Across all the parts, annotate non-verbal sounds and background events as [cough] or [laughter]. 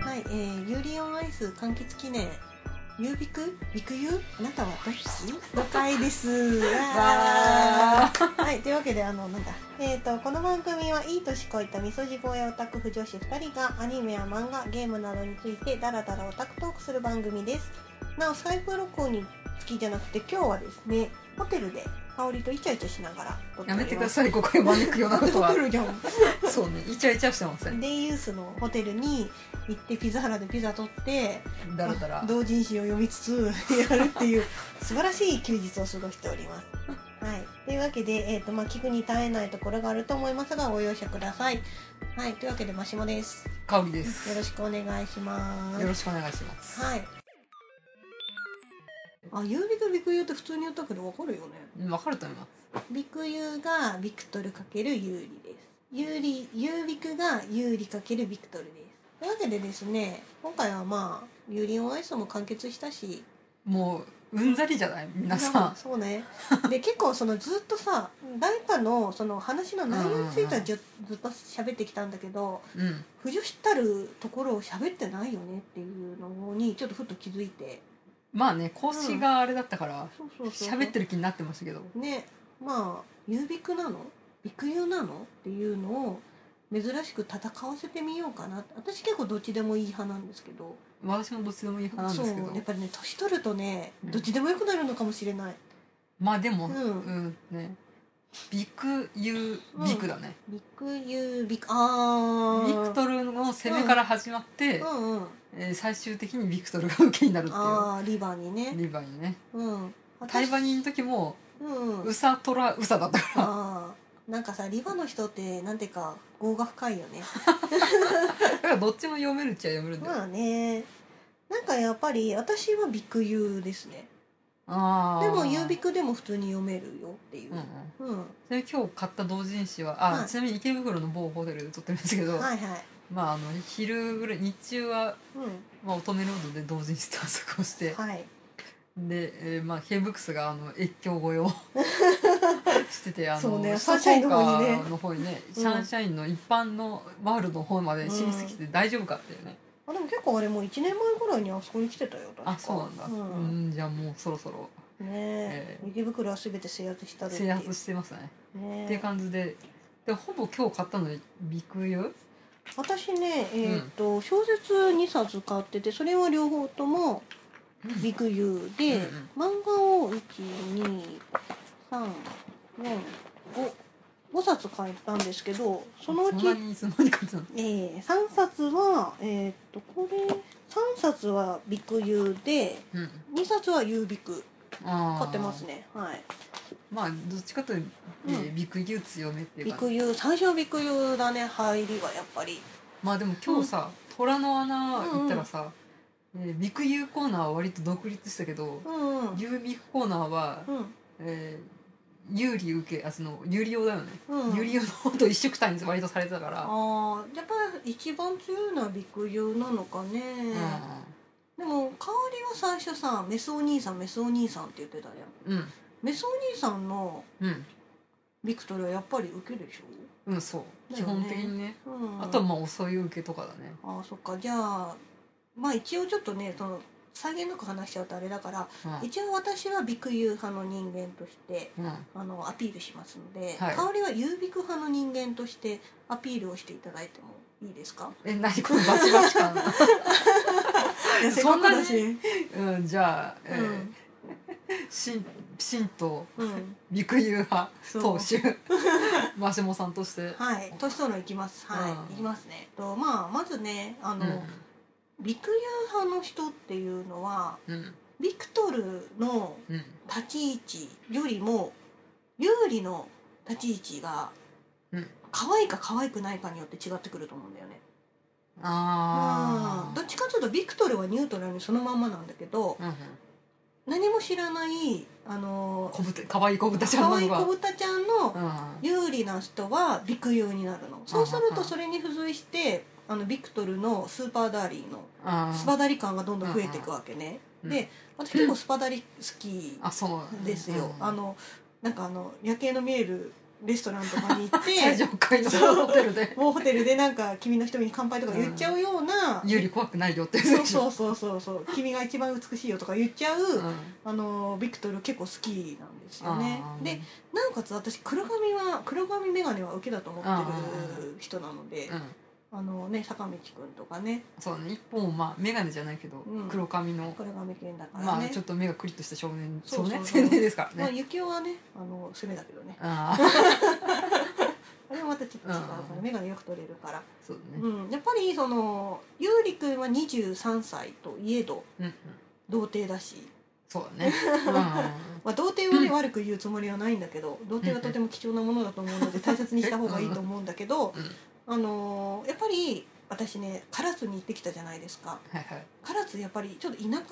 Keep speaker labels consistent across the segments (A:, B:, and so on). A: はい、えー、ユーリオンアイス柑橘記念。ミュービクビクユーあなたはどっちの回です。わーはい、というわけで、あの、なんだ。えっ、と、この番組はいい年こいた味噌汁やオタク不女子二人がアニメや漫画、ゲームなどについてダラダラオタクトークする番組です。なお、サイフロコに付きじゃなくて今日はですね、ホテルで香りとイチャイチャしながら撮っております
B: やめてくださいここへ招くよう
A: [laughs]
B: なことは
A: ホテルじゃん。
B: そうねイチャイチャしてません
A: デイユースのホテルに行ってピザハラでピザ取って
B: だらだら
A: 同人誌を読みつつ [laughs] やるっていう素晴らしい休日を過ごしており
B: [laughs]
A: ます。はい、というわけで、えーとまあ、聞くに耐えないところがあると思いますがご容赦ください。はい、というわけでマシモです。
B: 香りで
A: よろ
B: す
A: しくお願いしま
B: よろ
A: す。
B: しくお願いします
A: はい。あ、ユービクビクユーって普通に言ったけどわかるよね。
B: うんわかると思います
A: ビクユーがビクトルかけるユーリです。ユーリ、ユービクがユーリかけるビクトルです。というわけでですね、今回はまあ、ユーリオンアイスも完結したし、
B: もううんざりじゃない皆さん
A: そうね。で、結構そのずっとさ、誰かのその話の内容についてはじゅずっと喋ってきたんだけど、
B: うん
A: 不女子たるところを喋ってないよねっていうのにちょっとふと気づいて。
B: まあね講師があれだったから
A: そうそうそうそう
B: 喋ってる気になってましたけど
A: ねまあ優ビクなのビクユなのっていうのを珍しく戦わせてみようかな私結構どっちでもいい派なんですけど
B: 私もどっちでもいい派なんですけど
A: そうやっぱりね年取るとね、
B: うん
A: どっちでもよくなるのかもしれない
B: まあでも
A: う
B: うんんねビクユ
A: うん
B: ービクだね
A: ビクユビクあー
B: ビクトルの攻めから始まって
A: うんうん
B: えー最終的にビクトルが受けになるってい
A: あーリバーに
B: う
A: ね
B: リヴァイね
A: うん私
B: タイバニーの時も
A: うん
B: ウサトラウサだったから
A: あーなんかさリバの人ってなんていうか業が深いよね
B: だからどっちも読めるっちゃ読めるんだよ、
A: まあねなんかやっぱり私はビクユですね
B: あー
A: でも郵便区でも普通に読めるよっていう
B: うんうん、
A: うん、
B: それ今日買った同人誌はあ、
A: はい
B: ちなみに池袋の某ホテルで撮ってるんですけ
A: は
B: ど、
A: いはい、
B: まああの昼ぐらい日中は、
A: う
B: まあ、乙女ロードで同人誌探索をして、
A: ん、はい
B: で、えーまあヘイブックスがあの越境越えを [laughs] しててあの
A: そうね
B: 首
A: サンシャイン
B: 都
A: の方にね
B: 高架の方にね
A: う
B: シ
A: ん
B: ャンシャインの一般のワールドの方まで進出きて大丈夫かっていうね、
A: あでも結構あれもう1年前ぐらいにあそこに来てたよ確か
B: あそうなんだ、
A: うん
B: うん、じゃあもうそろそろ
A: ね
B: え
A: え
B: え
A: 池袋は全て制圧したるってい
B: 制
A: う
B: 圧してますね
A: ね
B: っていう感じででほぼ今日買ったのビクユ
A: 私ねえーっと、小説2冊買っててそれは両方とも
B: うん
A: ビクユーで、漫画を12345冊買ったんですけどそのうち
B: んなにいつの間に買ったの
A: えー、3冊は、えーっとこれ3冊はビクユーで
B: うん
A: 2冊はユービク
B: あー
A: 買ってますねはい
B: まあどっちかというと、えービクユ強めっていう
A: ビ
B: か
A: クユー最初はビクユーだね入りはやっぱり
B: まあでも今日さ、虎の穴行ったらさ、えービクユコーナーは割と独立したけど、
A: うんうんうん
B: ユービクコーナーは、えー、有利受けあその有利用だよね、
A: うん
B: 有利用の方と一色単に割とされてたから、うん
A: あーやっぱり一番強いのはビクユーなのかね、でも香りは最初さメスお兄さんメスお兄さんって言ってたじゃん
B: うん
A: メスお兄さんの
B: うん
A: ビクトリーはやっぱり受けるでし
B: うんそう、
A: だ
B: 基
A: よね
B: 本的にね、
A: ょ、うん、
B: あとはまあ遅い受けとかだね
A: ああそっかじゃあまあ一応ちょっとねその際限なく話しちゃうとあれだから、
B: うん
A: 一応私はビクユー派の人間として
B: うん
A: あのアピールしますので、
B: はい
A: 香りはユービク派の人間としてアピールをしていただいてもいいですか
B: え何このバチバ
A: [laughs]
B: チ感
A: い [laughs] や
B: [laughs] そんなに
A: せっかくだし
B: うんじゃあ、え
A: う
B: ー
A: ん
B: 神神道
A: うん
B: ビクユー派
A: そう
B: 当主 [laughs] マシモさんとして、
A: はい年取るのいきますはい、
B: うん
A: いきますねとまあまずねあの、ビクユー派の人っていうのは
B: うんうん
A: ビクトルの
B: うん
A: 立ち位置よりも有利の立ち位置が
B: うん
A: 可愛いか可愛くないかによって違ってくると思うんだよね。
B: あ
A: うん
B: あ
A: どっちかというとビクトルはニュートラルにそのまんまなんだけど
B: うんうん
A: 何も知らないあの
B: 小豚可愛い小豚ちゃん
A: 可
B: な
A: 愛
B: の
A: い子
B: が
A: 豚ちゃんの
B: うん
A: 有利な人はビクユーになるの。そうするとそれに付随してあのビクトルのスーパーダーリーの
B: あ
A: ス
B: ー
A: パダリ感がどんどん増えていくわけね。
B: うん
A: で私結構スパダリ好き
B: あそう
A: ですよ、
B: うん
A: あのなんかあの夜景の見えるレストランとかに行
B: [laughs]
A: っ
B: 最
A: て
B: 上階のホテルで
A: もうホテルでなんか「君の瞳に乾杯」とか言っちゃうような、
B: 有利怖くないよって
A: そう
B: う
A: そうそうそうそう「君が一番美しいよ」とか言っちゃう、
B: ん
A: あのビクトル結構好きなんですよね
B: あー
A: でなおかつ私黒髪は黒髪眼鏡は受けだと思ってる
B: う
A: 人なので
B: うん
A: あのね坂道くんとかね
B: そうね一本まあ眼鏡じゃないけど
A: うん
B: 黒髪の
A: 黒髪系だからね、
B: まあちょっと目がクリッとした少年
A: そ
B: 少
A: うそう
B: 年 [laughs]
A: そう
B: 青年ですから
A: まあ
B: ね
A: 幸男はねあの攻めだけどね [laughs]
B: ああ
A: あれはまたちょっと違うか
B: うん
A: ら眼鏡よく取れるから、
B: そうだね
A: うん、やっぱりその優里くんは23歳といえど
B: うんうん
A: 童貞だし、
B: そう
A: [laughs]
B: だね
A: まあ、童貞はね、悪く言うつもりはないんだけど童貞はとても貴重なものだと思うので大切にした方がいいと思うんだけど、
B: うんうん
A: あのーやっぱり私ね唐津に行ってきたじゃないですか
B: はいはい
A: 唐津やっぱりちょっと田舎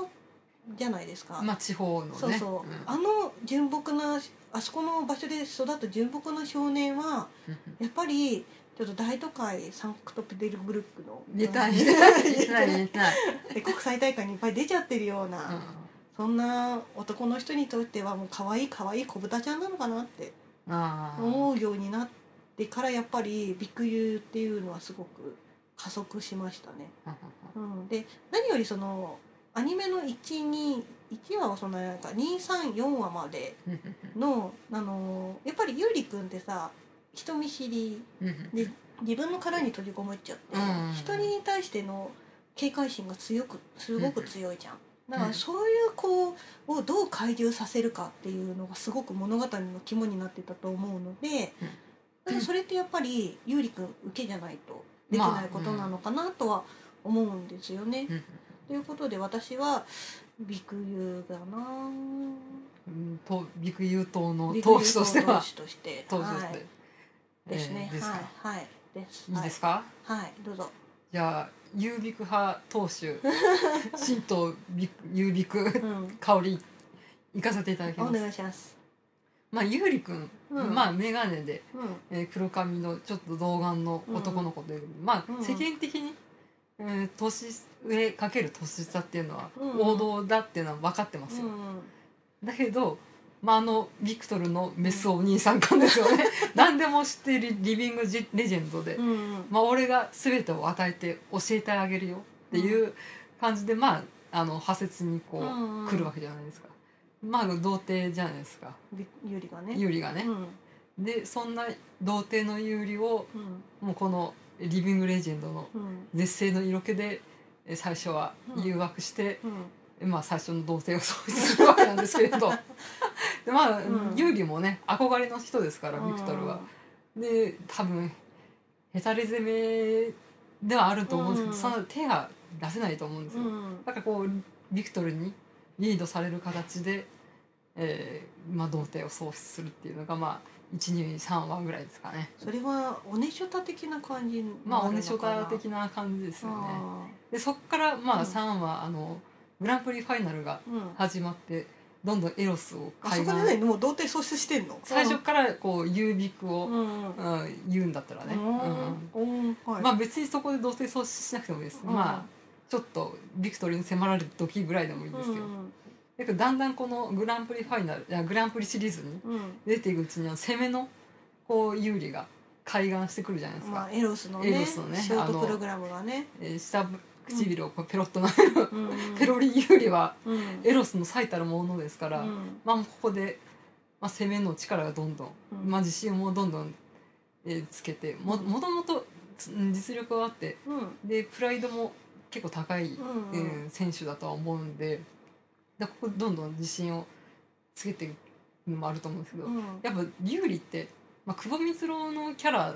A: じゃないですか、
B: まあ地方のね
A: そうそう、
B: ん
A: あの純朴なあそこの場所で育った純朴な少年は
B: うん
A: やっぱりちょっと大都会サンクトペテルブルクの [laughs]
B: 寝たい寝たい寝たい
A: で
B: 寝たい
A: 国際大会にいっぱい出ちゃってるよう
B: う
A: な、
B: ん
A: そんな男の人にとってはもう可愛い可愛い子豚ちゃんなのかなって
B: ああ
A: 思うようになってからやっぱりビッグユーっていうのはすごく加速しましたね。うん、で何よりそのアニメの121話はそのなんか234話まで
B: うん
A: の、あのーやっぱりゆうりくんってさ人見知り
B: うんうん
A: で自分の殻に閉じこもっちゃって、
B: うん
A: 人に対しての警戒心が強くすごく強いじゃん。だか
B: う
A: ら
B: ん
A: そういう子をどう懐柔させるかっていうのがすごく物語の肝になってたと思うので、
B: うん
A: だからそれってやっぱりゆうりくん受けじゃないとできないことなのかなとは思うんですよね。
B: うん
A: ということで私はビクユーだなぁ
B: うんとビクユー島の投手としては
A: 投手として
B: 投手と
A: は
B: し
A: い
B: て
A: ですね。
B: えーですか
A: はいはいです。
B: いいですか、
A: はい。はいどうぞ。
B: じゃあユービク派投手
A: [laughs]
B: 神道ビクユービク
A: うん。
B: 香り行かせていただき
A: お
B: ます
A: 願いします。
B: まあユーリくん、
A: うん
B: まあ眼鏡で、
A: う
B: えー黒髪のちょっと童顔の男の子で、ま
A: うん
B: あ世間的に、えー年上かける年下っていうのは
A: うん
B: 王道だっていうのは分かってます
A: ん。
B: よ、
A: うん。
B: だけど、まあ、あのビクトルのメスお兄さん感ですよね [laughs] 何でも知っているリビングジレジェンドで、
A: うん。
B: まあ、俺が全てを与えて教えてあげるよっていう感じで、まああの派切にこう、
A: うんうん
B: 来るわけじゃないですかまあ童貞じゃないですか
A: びゆりがね。
B: ユーリがね
A: う、ん。
B: でそんな童貞の有利を
A: うん。
B: もうこのリビングレジェンドの
A: うん。
B: 絶世の色気でえ最初は誘惑して、
A: うん。
B: まあ最初の童貞を創出するわけなんですけれ
A: [laughs]
B: どでま
A: う
B: あ、
A: ん
B: 有利もね憧れの人ですからビクトルは。で多分へたれ攻めではあると思うんですけど、
A: うん
B: その手が出せないと思うんです
A: う
B: よ。
A: ん。
B: なんかこうビクトルにリードされる形で、えーまあ、童貞を喪失するっていうのが、まあ、123話ぐらいですかね
A: それはおねしょた的な感じに
B: まあ
A: な
B: オ
A: る
B: ネ
A: の
B: ショ
A: かな
B: タ的な感じですよね
A: あ
B: でそっからま
A: う
B: あ
A: ん
B: 3話、あのグランプリファイナルが
A: ーうん。
B: 始まってどんどんエロスを
A: あそ
B: い
A: こでねもう童貞喪失してんの。
B: 最初からこう優美句
A: う
B: を、
A: ん。うん。
B: うん言うんだったらね、うん
A: うん。はい。
B: まあ別にそこで童貞喪失しなくてもいいです、
A: うん
B: まあちょっとビクトルに迫られる時ぐらいでもいいん
A: う
B: で
A: ん
B: すけど、だけどだんだんこのグランプリファイナルいやグランプリシリーズに
A: うん。
B: 出ていくうちには攻めのこう有利が開眼してくるじゃないですか、
A: まあエロスのね。
B: エロスのね
A: ショー
B: あ
A: ト
B: の
A: プログラムがね。
B: えー下唇をこうペロッとな [laughs]
A: うん
B: ペロリ有利は
A: うん。
B: エロスの最たるものですから、
A: うん
B: まあもうここで、まあ、攻めの力がどんどん、
A: うん
B: まあ自信もどんどん、えーつけても
A: うん
B: もともとつ実力はあって
A: うん。
B: でプライドも結構高い、
A: うん
B: えー選手だとは思うんででここどんどん自信をつけていくのもあると思うんですけど、
A: うん
B: やっぱ有利って、まあ、久保光郎のキャラ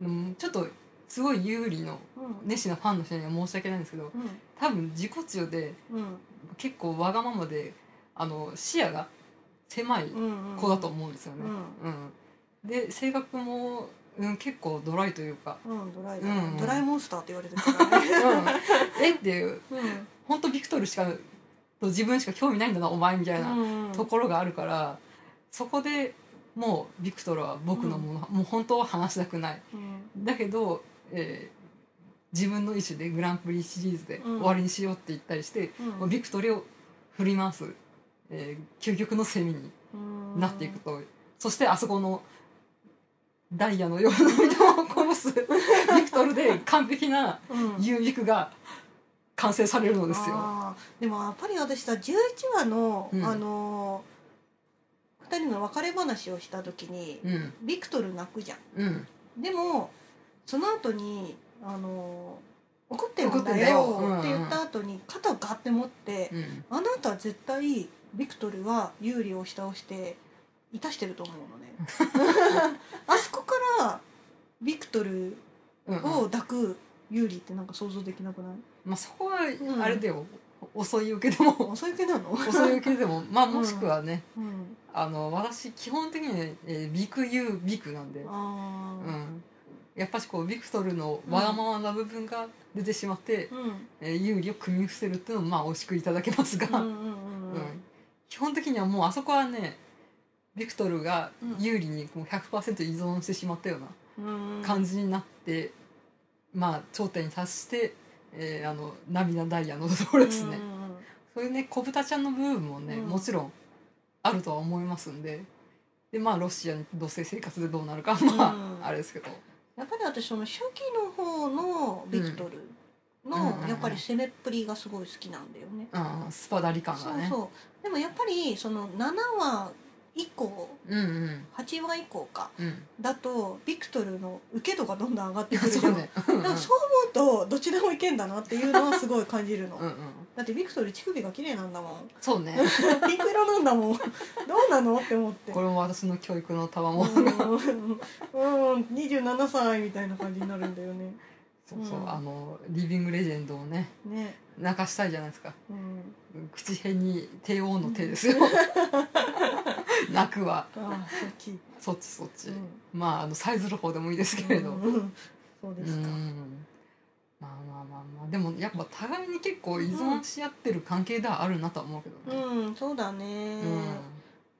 B: うんちょっとすごい有利の
A: うん
B: 熱心なファンの人には申し訳ないんですけど多分自己中で
A: うん
B: 結構わがままであの視野が狭い
A: うん
B: 子だと思うんですよね。
A: う
B: うんで性格も、うん、結構ドライというか
A: うん、うん、ドライ、
B: うん
A: ドライモンスターって言われてるから
B: 「う
A: ね、 [laughs]
B: ん、えっ?」ていう
A: うん
B: 本当ビクトルしかと自分しか興味ないんだなお前みたいな
A: うん、
B: ところがあるからそこでもうビクトルは僕のもの、もう本当は話したくない
A: うん
B: だけど、えー自分の意思でグランプリシリーズで
A: うん
B: 終わりにしようって言ったりして、
A: うん
B: もうビクトルを振り回す、えー究極のセミに
A: うん
B: なっていくと、そしてあそこのダイヤのような涙をこぼす
A: [laughs]
B: ビクトルで完璧な
A: うん
B: ユークが完成されるのですよ。
A: あーでもやっぱり私さ11話の、
B: うん
A: あの2人の別れ話をした時に、
B: うん、
A: ビクトル泣くじゃ
B: うん、
A: んでもその後にあの怒ってるんだ
B: 怒ってんだようんうん
A: よって言った後に肩をガッて持って、
B: うん。
A: あなたは絶対ビクトルは有利を押し倒していたしてると思うのね
B: [laughs]
A: あそこからビクトル
B: うんうん
A: を抱く有利ってなんか想像できなく
B: [laughs]
A: ない
B: まあそこはあれだよ、遅い受け
A: [laughs]
B: でも
A: 遅い系なの、
B: 遅い受けでもまあもしくはね、
A: うん、
B: あの私基本的にね、えービクユービクなんで、
A: あ
B: う
A: あ
B: ん、やっぱしこうビクトルのわがままな部分が出てしまって、
A: うんうん
B: えー有利を組み伏せるっていうのもまあ惜しくいただけますが、
A: うんうんう
B: うんん基本的にはもうあそこはねビクトルが
A: うん
B: 有利にもう100%依存してしまったような
A: うん
B: 感じになって、まあ頂点に達して、えーあの涙ダイヤの [laughs] ところですね、そういうね小豚ちゃんの部分もね、
A: うん
B: もちろんあるとは思いますんででまあロシアに同棲生活でどうなるかはまあ、
A: うん
B: あれですけど
A: やっぱり私その初期の方のビクトルの
B: うん
A: やっぱり攻めっぷりがすごい好きなんだよね、
B: あースパダリ感
A: そ
B: が
A: う
B: ねう
A: そうでもやっぱりその7話以降
B: んうん
A: 8話以降か
B: うん
A: だとビクトルの受け度がどんどん上がってくるじ
B: そ
A: ゃ、
B: うんね
A: だからそう思うとどっちでもいけんだなっていうのはすごい感じ
B: [laughs]
A: るの、
B: うんうん
A: だってビクトル乳首が綺麗なんだもん
B: そうね
A: ピンク色なんだもんどうなのって思って
B: これも私の教育のたま
A: う
B: ものが
A: ん、うん、27歳みたいな感じになるんだよね
B: そうそう、
A: うん
B: あのリビングレジェンドをね
A: ね
B: 泣かしたいじゃないですか
A: うん
B: 口辺に帝王の手ですよ [laughs] 泣くは
A: ああそっち、
B: そっちそっち、
A: うん
B: まああのサイズる方でもいいですけれど、
A: うんそうですか
B: うんまあまあまあまあでもやっぱ互いに結構依存し合ってる関係ではあるなとは思うけど
A: う
B: ね、
A: ん、そうだね、
B: うん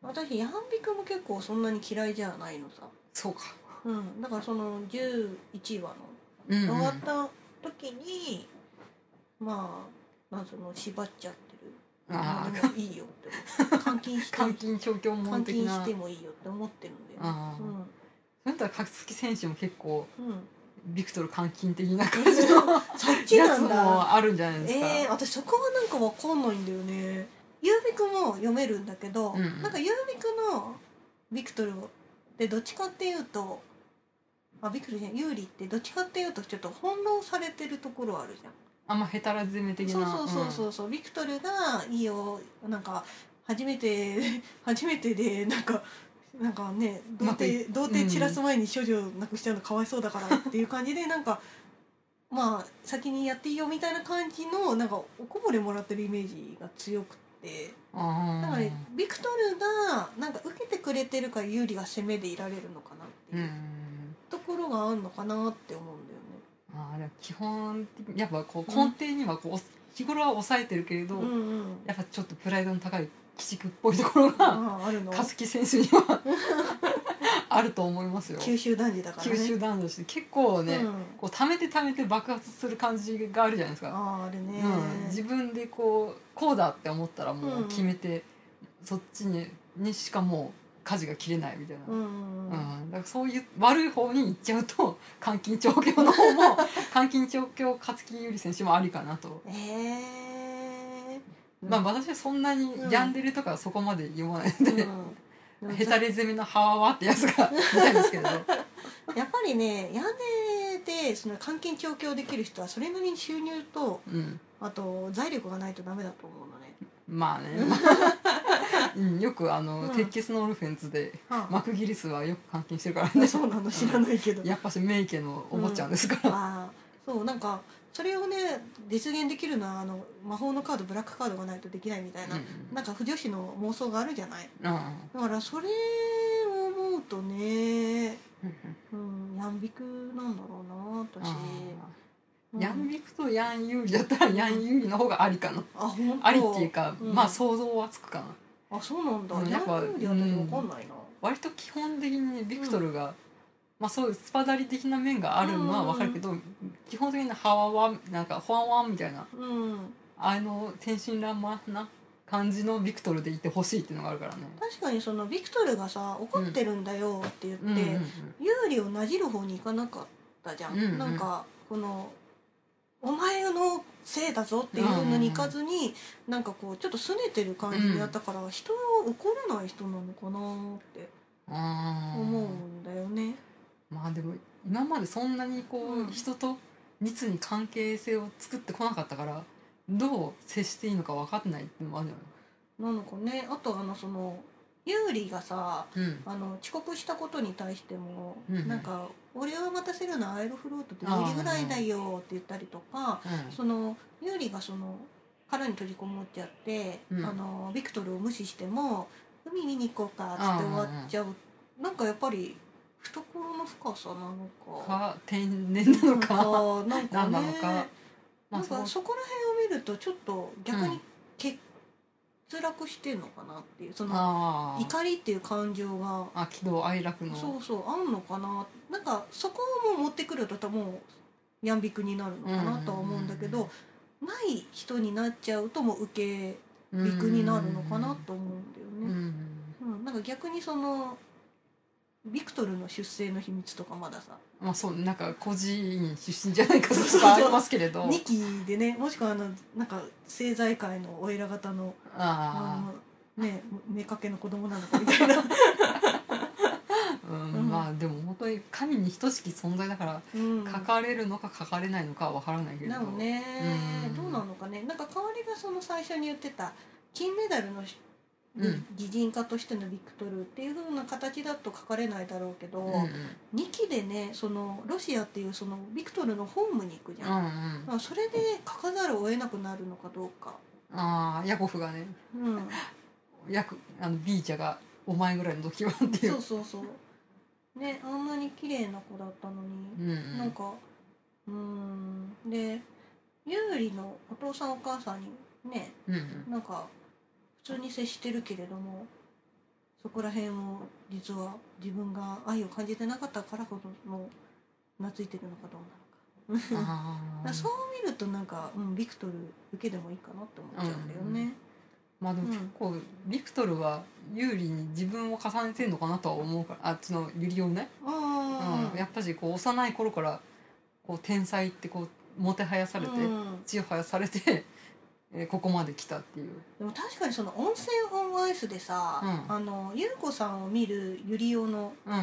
A: 私ヤンビクも結構そんなに嫌いじゃないのさ
B: そうか、
A: うん、だからその11話の
B: うんうん
A: 終わった時に、まあまあその縛っちゃってる
B: あ
A: ま
B: あ
A: あでもいいよって思う監禁して
B: [laughs] 監禁調教
A: 監
B: 門的
A: 禁
B: な
A: してもいいよって思ってるんだよ、ね、
B: ああ、そういったら勝木選手も結構
A: うん、うん、 [laughs]
B: ビクトル監禁的な感じの
A: そっち
B: や
A: な
B: つ
A: んだ
B: もあるんじゃないですか、
A: えー、私そこはなんかわかんないんだよねゆうびくも読めるんだけど、
B: うんうん
A: なんかゆうびくのビクトルでどっちかっていうとあビクトルじゃんユーリってどっちかっていうとちょっと翻弄されてるところあるじゃん
B: あんまヘタラ攻め的
A: そう
B: な
A: そうそうそうそう、ビクトルがいいよなんか初めて [laughs] 初めてでなんかなんかね童
B: なんか
A: 貞童貞散らす前に処女なくしちゃうのかわいそうだからっていう感じでなんかまあ先にやっていいよみたいな感じのなんかおこぼれもらってるイメージが強くて
B: うんあ
A: だ
B: ー
A: からビクトルがなんか受けてくれてるから有利が攻めでいられるのかなって
B: う
A: いう、
B: ん
A: ところがあるのかなって思うんだよね。
B: あーでも基本的にやっぱこう
A: うん
B: 根底にはこう、日頃は抑えてるけれど、
A: うんうん、
B: やっぱちょっとプライドの高い鬼畜っぽいところが
A: ああるの
B: 和樹選手には
A: [laughs]
B: あると思いますよ
A: 九州男児だからね。
B: 九州男子って結構ね、
A: うん
B: こう溜めて溜めて爆発する感じがあるじゃないですか、
A: あーあるね、
B: うん、自分でこうこうだって思ったらもう決めて、そっちににしかもう舵が切れないみたいな、
A: うんうんうん
B: うん、だからそういう悪い方に行っちゃうと [laughs] 監禁調教の
A: [laughs]
B: 方も監禁調教勝木優里選手もありかなと、
A: えー、
B: まあ私はそんなに
A: うん
B: ヤンデレとかはそこまで読まないん
A: う
B: [laughs] で、
A: ん
B: ヘタレ攻めのハワワってやつが見たいんです
A: [laughs]
B: けど
A: やっぱりね屋根でその監禁調教できる人はそれなりに収入と
B: うん
A: あと財力がないとダメだと思うのね、
B: まあ
A: [laughs]
B: ね、うん、よくあの、
A: うん
B: 鉄血のオルフェンズで
A: は
B: マクギリスはよく監禁してるから
A: あ、[laughs]
B: ね
A: そうなの知らないけど、
B: やっぱし名家のお坊ちゃんですから、
A: あーそうなんかそれをね実現できるのはあの魔法のカードブラックカードがないとできないみたいな、
B: うん
A: なんか不女子の妄想があるじゃない
B: うん
A: だからそれを思うとねうんやんびくなんだろうな私
B: あ
A: う
B: ー
A: ん
B: ヤンビクとヤンユーリだったらヤンユーリの方がありかな
A: あ本当
B: ありっていうか、
A: うん
B: まあ想像はつくかな
A: あそうなんだ
B: うん
A: ヤ
B: やっぱ
A: ングよりはでも分かんないな、
B: 割と基本的にビクトルが、まあそういうスパダリ的な面があるのはわかるけど、基本的にハワワなんかホワワンみたいな
A: うん
B: あの天真爛漫な感じのビクトルでいてほしいっていうのがあるからね。
A: 確かにそのビクトルがさ怒ってるんだよって言って、
B: うんうんうん
A: 有利をなじる方に行かなかったじゃん、
B: うんうん
A: なんかこのお前のせいだぞっていうのに行かずに、なんかこうちょっと拗ねてる感じでやったから、人を怒らない人なのかなって
B: あー
A: 思うんだよね。
B: まあでも今までそんなにこう、
A: うん
B: 人と密に関係性を作ってこなかったからどう接していいのか分かってないっていうのもあるじ
A: なのかねあとあのその有利がさ
B: ゃない、うん、
A: あの遅刻したことに対しても、
B: うんうん
A: なんか「俺を待たせるのはアイルフロートって無理ぐらいだよ」って言ったりとか。そのユーリがその殻に閉じこもっちゃって、
B: うん
A: あのビクトルを無視しても海見に行こうかっつって終わっちゃう、なんかやっぱり懐の深さなのか
B: か天然なのか
A: なんか
B: 何
A: ね
B: なのか、
A: な
B: まあ
A: ん
B: そ
A: か
B: こ
A: そこら辺を見るとちょっと逆
B: う
A: に
B: ん
A: 欠落してんのかなっていうその
B: あー
A: 怒りっていう感情が
B: あ喜怒哀楽の
A: そうそうあんのかななんかそこをもう持ってくると多分もうやんびくになるのかなとは思うんだけど、ない人になっちゃうともう受
B: う
A: け
B: ん
A: びくになるのかなと思うんだ
B: う
A: よね。
B: ん、
A: うんなんか逆にそのビクトルの出生の秘密とかまださ
B: まあそうなんか孤児院出身じゃないかとかありますけれど
A: 2期でねもしくはあのなんか政財界のお偉方の
B: あ
A: あのね目かけの子供なのかみたい
B: [laughs]
A: な、
B: あ、うん
A: うん
B: まあでも本当に神に等しき存在だから
A: うん
B: 書かれるのか書かれないのかは分からないけれ
A: な
B: ど
A: のね、
B: うん
A: どうなのかねなんか代わりがその最初に言ってた金メダルのし、
B: うん
A: 擬人化としてのビクトルっていう風な形だと書かれないだろうけど、
B: うんうん
A: 2期でねそのロシアっていうそのビクトルのホームに行くじゃん、
B: うんうん
A: まあ、それで書かざるを得なくなるのかどうか、
B: ああヤコフがね
A: うん、
B: [laughs] ヤクあのビーチャがお前ぐらいの時はっていう
A: そうそうそうねあんなに綺麗な子だったのに
B: うんう
A: なん
B: ん
A: かうーんでユーリのお父さんお母さんにね
B: うんうん
A: なんか普通に接してるけれどもそこら辺を実は自分が愛を感じてなかったからこその懐いてるのかどうなのかだか [laughs]
B: あ
A: ら
B: あ
A: そう見るとなんか、うん、ビクトル受けでもいいかなって思っちゃうんだよね。
B: まあでも結構ビクトルは有利に自分を重ねてんのかなとは思うからあっちのユリをね、
A: うん
B: うん、やっぱりこう幼い頃からこう天才ってこうもてはやされて
A: うん
B: 血をはやされて、 [laughs] えーここまで来たっていう
A: でも確かにその温泉オンアイスでさ、
B: うん
A: あの優子さんを見るユリオの
B: うん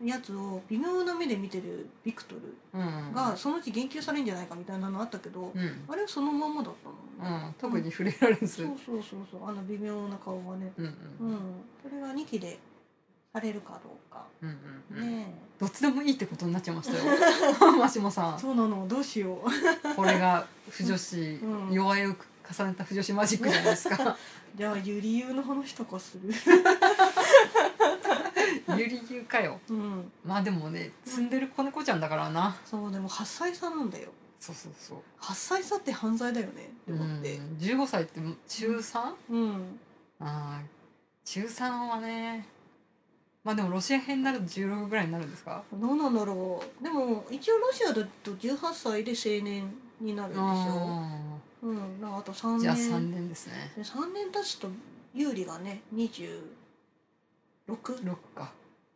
B: うん
A: やつを微妙な目で見てるビクトル
B: うんうん
A: がそのうち言及されるんじゃないかみたいなのあったけど、
B: うん
A: あれはそのまんまだったもんね。
B: うん、特に触れられず、
A: そうそうそうそうあの微妙な顔がね
B: うんうん
A: うんこれが2期でされるかどうか
B: うんうんうん
A: ね
B: どっちでもいいってことになっちゃいました
A: [laughs]
B: よマシモさ
A: え
B: ん
A: そうなのどうしよう [laughs]
B: これが不女子、
A: うん
B: 弱いを重ねた不女子マジックじゃないですか
A: じゃあゆりゆうの話とかする [laughs]
B: ゆりゆかよ
A: うん
B: まあでもね積んでる子猫ちゃんだからな
A: そうでも8歳差なんだよ
B: そうそうそう
A: 8歳差って犯罪だよねって
B: う
A: 思っ
B: ん
A: て
B: 15歳って中 3? あ
A: うん
B: あ中3はねまあでもロシア編になると16ぐらいになるんですか
A: どうなんだろうでも一応ロシアだと18歳で成年になるんでしょ
B: あ
A: うんなんかあと3
B: ー
A: 年
B: じゃあ3年ですね
A: で3年経つと有利がね26
B: 6か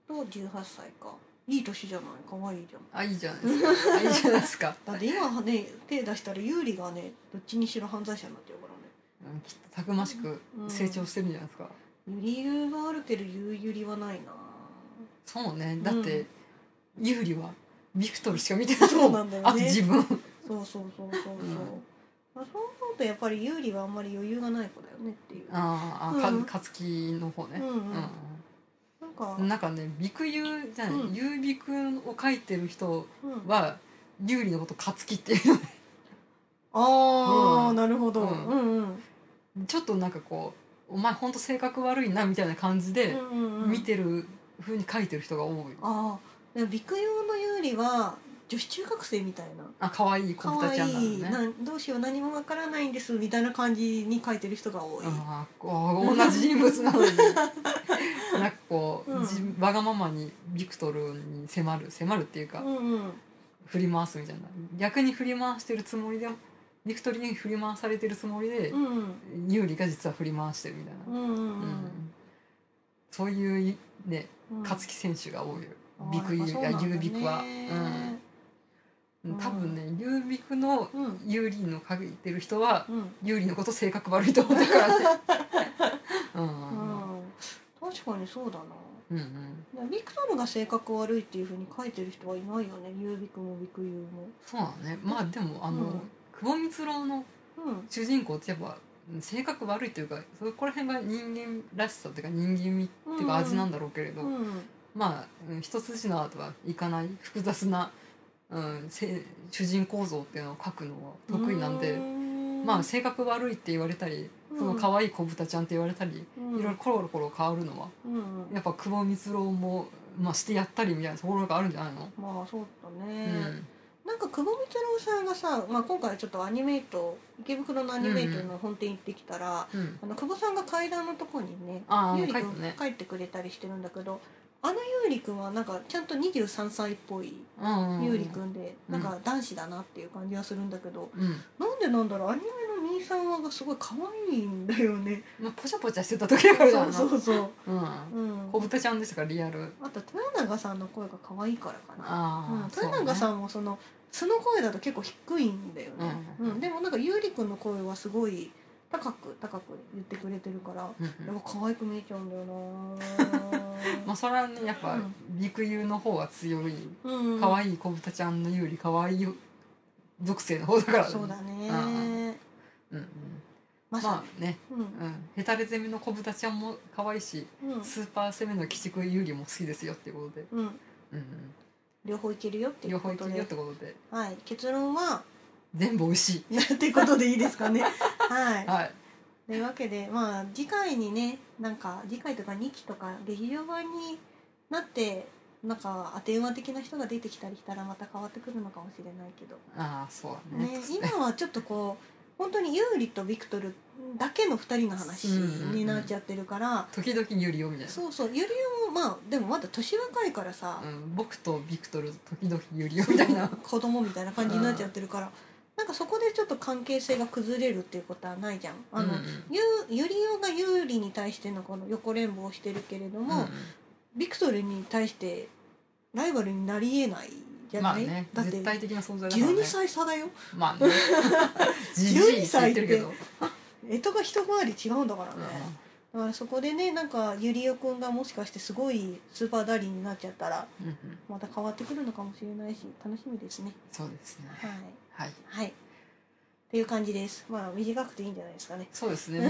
A: と18歳かいい年じゃない可愛いじゃん
B: あいいじゃないですかあいいじゃないですか
A: だって今ね手出したら有利がねどっちにしろ犯罪者になっちゃうからね
B: うんきっとたくましく成長してるんじゃないですか、
A: ゆりゆがあるけどゆうゆりはないな
B: そうねだって、ユーリはビクトルしか見てない
A: そうなんだよね
B: あと自分
A: そうそうそうそうそう、
B: うん
A: まあ、そう思うとやっぱり有利はあんまり余裕がない子だよねっていう
B: あーあ、
A: うん
B: か勝木の方ね、
A: うんうんなんか、
B: う
A: うんん
B: なんかねビクユーじゃない、
A: うん
B: ユービクを描いてる人はユーリのこと勝木っていう
A: ああ、
B: うん
A: なるほど、う、
B: うんん
A: うんうん
B: ちょっとなんかこうお前ほんと性格悪いなみたいな感じ
A: う
B: で
A: んうん
B: 見てる風に描いてる人が多い、
A: ああでもビク用の有利は女子中学生みたいな
B: あ可愛い子
A: 可
B: 豚ちゃんなの
A: 愛い
B: ね
A: なんどうしよう何もわからないんですみたいな感じに書いてる人が多い、
B: あーこう同じ人物なのに [laughs] なんかこう、
A: うん
B: 自わがままにビクトルに迫る迫るっていうか、
A: うんうん
B: 振り回すみたいな逆に振り回してるつもりでビクトリーに振り回されてるつもりで、
A: うん
B: 有利が実は振り回してるみたいな、
A: うんうん
B: うんそういういね
A: うん
B: 勝木選手が多いよ、
A: あー
B: ビクユ
A: やっぱそうなんだね
B: ユービクは、うん
A: うん
B: 多分ねユービクの
A: うん
B: 有利の書いてる人は
A: うん
B: 有利のこと性格悪いと思った
A: [laughs]
B: からって、うん
A: うん確かにそうだな
B: うんうん、
A: ビクトルが性格悪いっていうふうに書いてる人はいないよねユービクもビクユーも
B: そうなのねまあでもあの、
A: うん
B: 久保光郎の
A: うん
B: 主人公ってやっぱうん性格悪いというかそこら辺が人間らしさというか人間味っていうか味なんだろうけれど、
A: うん
B: まあうん一筋縄とはいかない複雑な、うん、せ主人公像っていうのを描くのは得意なんで、まあ性格悪いって言われたり、その可愛い子豚ちゃんって言われたり、いろいろコロコロ変わるのは
A: うんうん
B: やっぱ久保光郎も、まあ、してやったりみたいなところがあるんじゃないの、
A: まあそうだ
B: う
A: ね、
B: ん
A: なんか久保光郎さんがさ、まあ、今回ちょっとアニメイト池袋のアニメイトの本店行ってきたら、
B: うん、
A: あの久保さんが階段のとこにね
B: ああ
A: ゆうり
B: 書いた
A: くん
B: ね。
A: 帰ってくれたりしてるんだけどあのゆうりくんはなんかちゃんと23歳っぽい
B: うんうん
A: ゆうりくんで、
B: う
A: な
B: ん
A: んか男子だなっていう感じはするんだけど、
B: うん
A: なんでなんだろうアニメの23話がすごい可愛いんだよね
B: まあ、ポチャポチャしてた時だからじゃ
A: そ
B: な
A: うそうそう、
B: うん
A: うん、
B: 小豚ちゃんですからリアル
A: あと豊永さんの声が可愛いからかなうん
B: ああ、そう
A: 豊
B: ね
A: 永さんもその素の声だと結構低いんだよね、
B: う
A: うんんでもなんか優里くんの声はすごい高く高く言ってくれてるから
B: うん
A: で
B: うん
A: も可愛く見えちゃうんだよな
B: [laughs] まあそれはねやっぱ
A: うん
B: 陸遊の方は強い
A: うん
B: 可愛い小豚ちゃんの有利可愛い属性の方だから
A: そうだね、
B: うんうんうん
A: まさ
B: まあね
A: に、うん
B: うんヘタレ攻めの小豚ちゃんも可愛いし
A: うん
B: スーパー攻めの鬼畜有利も好きですよっていうことで
A: うん、
B: うんうん
A: 両方いけるよってい
B: 両
A: う
B: 方
A: こ
B: いけ
A: と
B: るよっ
A: で
B: てことで
A: はい結論は [laughs]
B: 全部美味しい
A: っていうことでいいです
B: [laughs]
A: かねはい
B: はい
A: というわけでまあ次回にねなんか次回とか2期とか劇場版になってなんか当て馬的な人が出てきたりしたらまた変わってくるのかもしれないけど、
B: ああそうだね
A: ね、今はちょっとこう本当にユーリとビクトルだけの2人の話になっちゃってるから、
B: 時々有利よみたいな
A: そうそうユリオもまあでもまだ年若いからさ、
B: うん僕とビクトル時々有利よみたい [laughs] な
A: 子供みたいな感じになっちゃってるから、なんかそこでちょっと関係性が崩れるっていうことはないじゃん。あの、
B: うんうん
A: ゆゆりおが有利に対してのこの横連棒をしてるけれども、
B: うん
A: ビクトルに対してライバルになりえないじゃ
B: まあ
A: ない、
B: ね
A: だって
B: 絶対的な存在だからね
A: 12歳差だよ
B: ま
A: [laughs]
B: あね [laughs] じじいって言ってるけど、
A: 干支が一回り違うんだからね、
B: う
A: だからそこでねなんかゆりおくんがもしかしてすごいスーパーダリーになっちゃったら
B: んうん、
A: また変わってくるのかもしれないし楽しみですね
B: そうですね
A: はい
B: はい
A: はいっていう感じですまあ短くていいんじゃないですかね
B: そうですね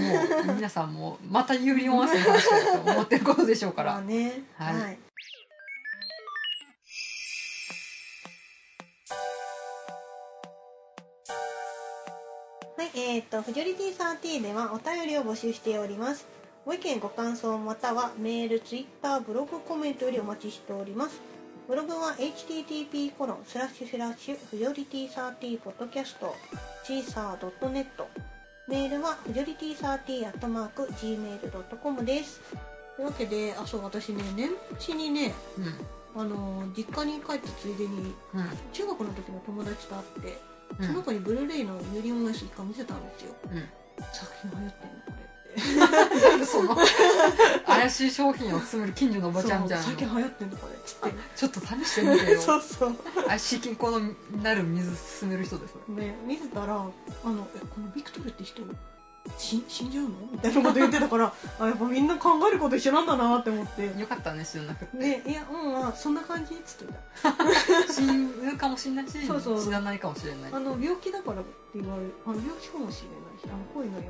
B: もう皆さんもまた有利温泉の話だと思ってることでしょうか
A: まあ [laughs]
B: ら
A: ね
B: はい
A: はいはい、えっ、と、フジョリティサーティではお便りを募集しております。ご意見、ご感想、またはメール、ツイッター、ブログ、コメントよりお待ちしております。ブログは http コロンスラッシュスラッシュフジョリティサーティポッドキャストシーサー .net メールはフジョリティサーティアットマーク gmail.com です。というわけで、あ、そう、私ね、年始にね、
B: うんうん
A: あの、実家に帰ったついでに、中学の時の友達と会って、
B: う
A: その
B: ん
A: 子にブルーレイのユリオンアイス一回見せたんですよ。
B: う
A: 作品流行ってんのこれって。
B: ん、なんでそ [laughs] の怪しい商品を詰める近所のおばちゃんみたいな
A: そう
B: の
A: 最近流行ってんのこれっつっ
B: ちょっと試してみて
A: て。 [laughs] そ
B: よ
A: うそう。
B: 怪しい金庫のなる水進める人です
A: ね、見せたら、あの、え、このビクトルって人、死ん死んじゃうのみたいなこと言ってたから、 [laughs] あ、やっぱみんな考えること一緒なんだなって思って。
B: よかったね知らなくて、
A: ね、いや、うん、あそんな感じっつってた。
B: [laughs] 死ぬかもしれないし
A: そうそう
B: 死なないかもしれない
A: あの、病気だからって言われる。あの、病気かもしれないし、あの、恋の病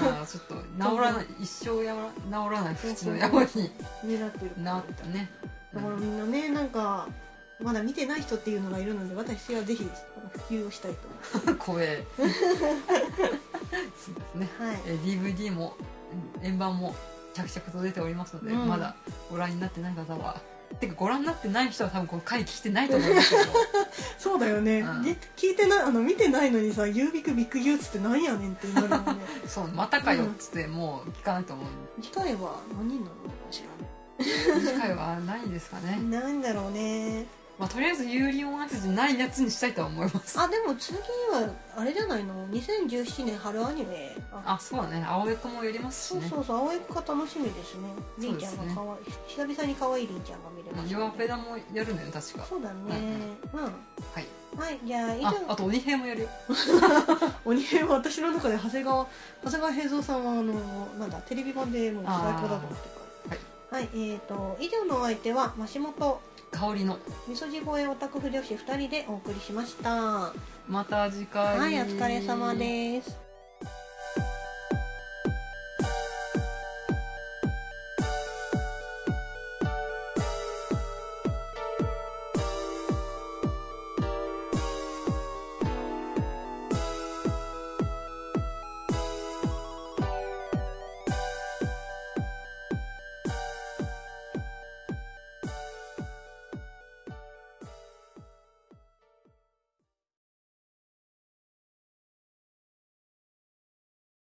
A: とか、
B: まあちょっと治らない一生やら治らない不治の病に
A: になってる
B: なったね。う
A: だから
B: ん
A: みんなねなんかまだ見てない人っていうのがいるので私はぜひあの普及をしたいと思います
B: [laughs] 怖 [laughs] え。そうですね。
A: はい
B: えー DVD もうん円盤も着々と出ておりますので、
A: うん
B: まだご覧になってない方は。てかご覧になってない人は多分この回聞いてないと思うんですけど
A: そうだよね、
B: うん
A: で聞いてないあの見てないのにさ「ユービクビッグユーツってなんやねん」ってなるもんね [laughs]
B: そうまたかよっつってもう聞かないと思うんで
A: 次回は何になるのかしらね
B: 次回はないですかね
A: なんだろうね
B: まあ、とりあえず有利音アイスじゃないやつにしたいとは思います
A: あでも次はあれじゃないの2017年春アニメあ
B: あそうだね青江子もやりますし
A: そう
B: ね
A: そうそう青い子が楽しみですねりんちゃん
B: そうですね
A: がかわいい、久々に可愛いりんちゃんが見れました、
B: 弱ペダもやるのよ確か
A: そうだねうん、
B: はい
A: はいじゃあ以
B: ああ
A: 上
B: と鬼平もやるよ
A: 鬼平は私の中で長谷川長谷川平蔵さんはあのなんだテレビ版でもう最高だと思ってるからはい、えっ、と以上のお相手は増本
B: 香りの
A: みそじ越えオタク婦女子2人でお送りしましたは
B: また次回
A: いお疲れ様です